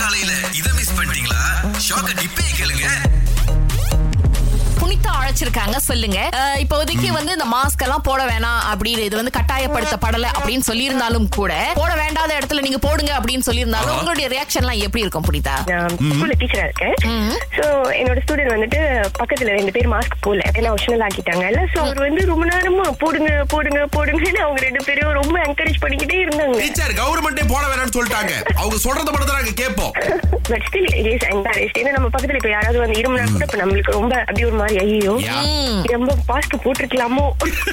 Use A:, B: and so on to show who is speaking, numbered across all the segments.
A: காலையில இத மிஸ் பண்ணிட்டீங்களா ஷாக்க டிப்பே கேளுங்க
B: புனிதா அழைச்சிருக்காங்க சொல்லுங்க அஹ், இப்போதைக்கு வந்து இந்த மாஸ்க் எல்லாம் போட வேணாம் அப்படின்னு இது வந்து கட்டாயப்படுத்தப்படல அப்படின்னு சொல்லியிருந்தாலும் கூட போட வேண்டாத இடத்துல நீங்க போடுங்க அப்படின்னு சொல்லியிருந்தாலும் உங்களுடைய ரியாக்ஷன் எல்லாம் எப்படி இருக்கும் புனிதா
C: ஸ்கூல்ல டீச்சரா இருக்கேன் சோ என்னோட ஸ்டூடெண்ட் வந்துட்டு பக்கத்துல ரெண்டு பேர் மாஸ்க் போல ஏன்னா ஒஷனல் ஆக்கிட்டாங்கல்ல சோ அவர் வந்து ரொம்ப நேரமா போடுங்க போடுங்க போடுங்கன்னு அவங்க ரெண்டு பேரும் ரொம்ப என்கரேஜ் பண்ணிக்கிட்டே இருந்தாங்க
D: டீச்சர் கவர்மெண்டே போட வேணாம்னு சொல்லிட்டாங்க அவங்க சொல்றத மட்டும் தான் நாங்க கேட்போம்
C: பட் ஸ்டில் இஸ் என்கரேஜ் ஏன்னா நம்ம பக்கத்துல இப்ப யாராவது வந்து இருமுனா கூட இப்ப நம்மளுக்கு ரொம்ப அப்படி ஒரு மாதிரி ஐயோ
D: Yeah.
C: ரொம்ப மாஸ்க் போட்டிருக்கலாமோ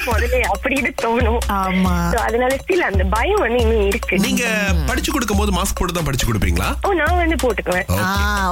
C: முதல்ல அப்படின்னு தோணும்
B: ஆமா.
C: So, அதனால ஸ்டில் அந்த பயம் வந்து இன்னும் இருக்கு
D: நீங்க படிச்சு கொடுக்கும் போது மாஸ்க் போட்டு தான் படிச்சு கொடுப்பீங்களா
C: ஓ நான் வந்து போட்டுக்குவேன்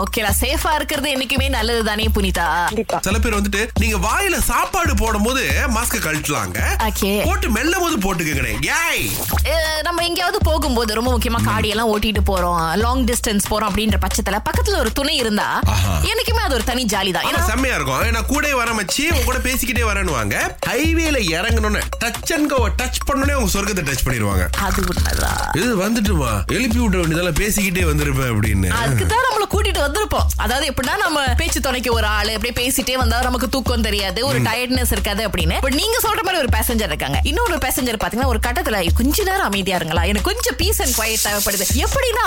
B: ஓகேடா சேஃபா இருக்கிறது என்னைக்குமே நல்லது தானே புனிதா
C: கண்டிப்பா
D: சில பேர் வந்துட்டு நீங்க வாயில சாப்பாடு போடும்போது மாஸ்க் கழட்டலாங்க
B: Okay.
D: போட்டு மெல்லும் போது போட்டுக்கங்க ஏய்
B: அஹ், நம்ம எங்கேயாவது போகும்போது ரொம்ப முக்கியமா காடி எல்லாம் ஓட்டிட்டு போறோம் லாங் டிஸ்டன்ஸ் போறோம் அப்படின்ற பட்சத்துல பக்கத்துல ஒரு துணை இருந்தா
D: ஆஹா.
B: என்னைக்குமே அது ஒரு தனி ஜாலி தான்
D: ஆனா
B: ஏன்னா
D: செம்மையா இருக்கும் ஏன்னா கூட வர மச்சி உங்க கூட பேசிக்கிட்டே வரணுவாங்க ஹைவேல இறங்கணும்னு டச் அண்ட் கோ டச் பண்ணனே உங்க சொர்க்கத்தை டச் பண்ணிடுவாங்க
B: அது உண்மைதான்
D: இது வந்துட்டுமா எழுப்பி விட வேண்டியதெல்லாம் பேசிக்கிட்டே வந்திருப்பேன் அப்படின்னு
B: அதுக்குதான் நம்மள கூட்டிட்டு வந்திருப்போம் அதாவது எப்படின்னா நம்ம பேச்சு துணைக்கு ஒரு ஆளு அப்படியே பேசிட்டே வந்தா நமக்கு தூக்கம் தெரியாது ஒரு டயர்ட்னஸ் இருக்காது அப்படின்னு பட் நீங்க சொல்ற மாதிரி ஒரு பேசஞ்சர் இருக்காங்க இன்னொரு பேசஞ்சர் பாத்தீங்கன்னா ஒரு கட்டத்துல கொஞ்ச நேரம் அமைதியா இருங்களா எனக்கு கொஞ்சம் பீஸ் அண்ட் குவாய்ட் தேவைப்படுது எப்படின்னா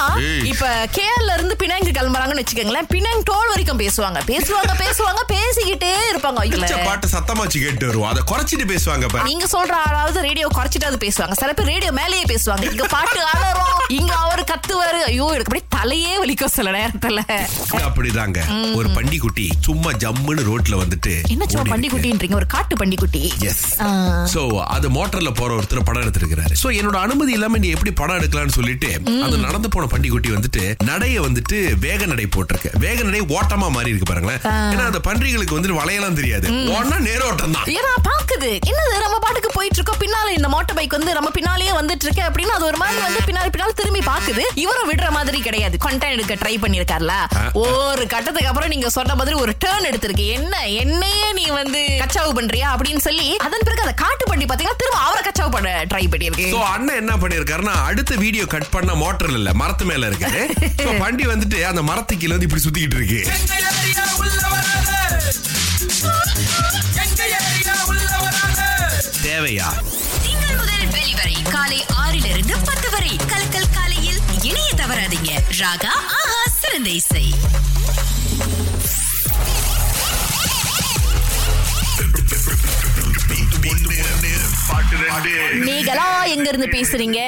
B: இப்ப கேரள இருந்து பினாங்கு கிளம்புறாங்கன்னு வச்சுக்கோங்களேன் பினாங் டோல் வரைக்கும் பேசுவாங்க பேசுவாங்க பேசுவாங்க பேசிக்கிட்டே இருப்பாங்க
D: பிடிச்ச
B: இதுல.
D: பாட்டு சத்தமா வச்சு கேட்டு வருவோம் அதை குறைச்சிட்டு பேசுவாங்க பாரு
B: நீங்க சொல்ற ஆளாவது ரேடியோ குறைச்சிட்டாவது பேசுவாங்க சில பேர் ரேடியோ மேலேயே பேசுவாங்க இங்க பாட்டு அலறும் இங்க அவரு கத்துவாரு ஐயோ எனக்கு அப்படியே தலையே வலிக்கும் சில நேரத்துல
D: அப்படிதாங்க ஒரு பண்டிக்குட்டி சும்மா ஜம்முன்னு ரோட்ல வந்துட்டு
B: என்ன சும்மா
D: ஓடிருக்கு.
B: பண்டிக்குட்டின்றீங்க ஒரு காட்டு பண்டிக்குட்டி
D: எஸ்
B: ஆ.
D: சோ அது மோட்டார்ல போற ஒருத்தர் படம் எடுத்திருக்கிறாரு சோ என்னோட அனுமதி இல்லாம நீ எப்படி படம் எடுக்கலாம்னு சொல்லிட்டு அது நடந்து போன பண்டிக்குட்டி வந்துட்டு நடைய வந்துட்டு வேக நடை போட்டிருக்கு வேக நடை ஓட்டமா மாறி இருக்கு பாருங்களேன் ஏன்னா அந்த பன்றிகளுக்கு வந்து வளையலாம் தெரியாது ஓடனா நேரோட்டம் தான்
B: ஏன்னா பாக்குது என்னது நம்ம பாட்டுக்கு போயிட்டு இருக்கோம் பின்னால இந்த மோட்டர் பைக் வந்து நம்ம பின்னாலேயே வந்துட்டு இருக்கு அப்படின்னு அது ஒரு மாதிரி வந்து பின்னாடி பின்னால திரும்பி பாக்குது இவரும் விடுற மாதிரி கிடையாது கண்டென்ட் எடுக்க ட்ரை பண்ணிருக்காருல ஒரு கட்டத்துக்கு அப்புறம் நீங்க சொன்ன மாதிரி ஒரு டேர்ன் எடுத்திருக்கு என்ன என்னையே நீ வந்து கச்சாவு பண்றியா அப்படின்னு சொல்லி அதன் பிறகு அதை காட்டு பண்ணி பாத்தீங்கன்னா திரும்ப அவரை கச்சாவு பண்ண ட்ரை பண்ணிருக்கு
D: சோ அண்ணன் என்ன பண்ணிருக்காருன்னா அடுத்த வீடியோ கட் பண்ண மோட்டர்ல இல்ல மரத்து மேல இருக்காரு சோ பண்டி வந்துட்டு அந்த மரத்துக்கு கீழ வந்து இப்படி சுத்திக்கிட்டு இருக்கு
E: எங்க ஏரியா உள்ள வராத எங்க ஏரியா உள்ள வராத
D: தேவையா
F: திங்கள் முதல் வெளிவரை காலை ஆறிலிருந்து பத்து வரை கலக்கல் காலையில் இணைய தவறாதீங்க ராகா ஆஹா சிறந்த இசை
B: நீங்களா எங்க இருந்து பேசுறீங்க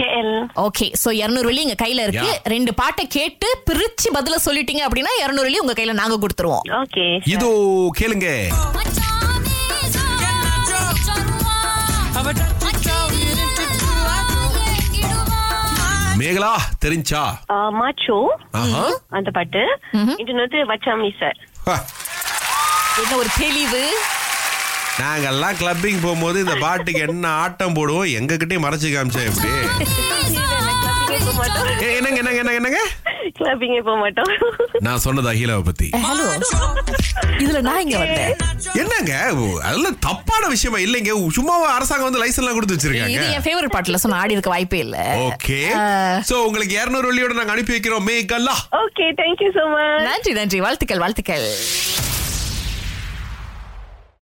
C: கேஎல்
B: ஓகே சோ இருநூறு வெள்ளி எங்க கையில இருக்கு
D: Yeah.
B: ரெண்டு பாட்டை கேட்டு பிரிச்சு பதில சொல்லிட்டீங்க அப்படின்னா இருநூறு வெள்ளி உங்க கையில நாங்க கொடுத்துருவோம்
C: ஓகே
D: இதோ கேளுங்க மேகலா தெரிஞ்சா
C: மாச்சோ
D: ஆஹா
C: அந்த பாட்டு இன்னொன்று வச்சாமி சார்
D: ஹ,
B: என்ன ஒரு தெளிவு
D: நாங்கெல்லாம் கிளப்பிங் போகும்போது இந்த பாட்டுக்கு என்ன ஆட்டம் போடுவோம் எங்க கிட்டே மறைச்சு காமிச்சா எப்படி
C: போக மாட்டோம்
D: ஏய், என்னங்க என்னங்க என்னங்க என்னங்க
C: கிளப்பிங்கே போக மாட்டோம்
D: நான் சொன்னது அகிலாவை பத்தி
B: ஹலோ இதுல நான் இங்க வந்தேன்
D: என்னங்க ஓ, அதெல்லாம் தப்பான விஷயமா இல்லைங்க சும்மாவே அரசாங்கம் வந்து லைசன்ஸ் எல்லாம் கொடுத்து
B: இது
D: வச்சிருக்காங்க
B: என் ஃபேவரட் பாட்டுல சோ நான் ஆடி இருக்க வாய்ப்பே இல்ல
D: ஓகே
B: அஹ்.
D: சோ உங்களுக்கு 200 வெள்ளியோட நாங்க அனுப்பி வைக்கிறோம் Megala
C: okay thank you so much
B: நன்றி நன்றி வாழ்த்துக்கள் வாழ்த்துக்கள்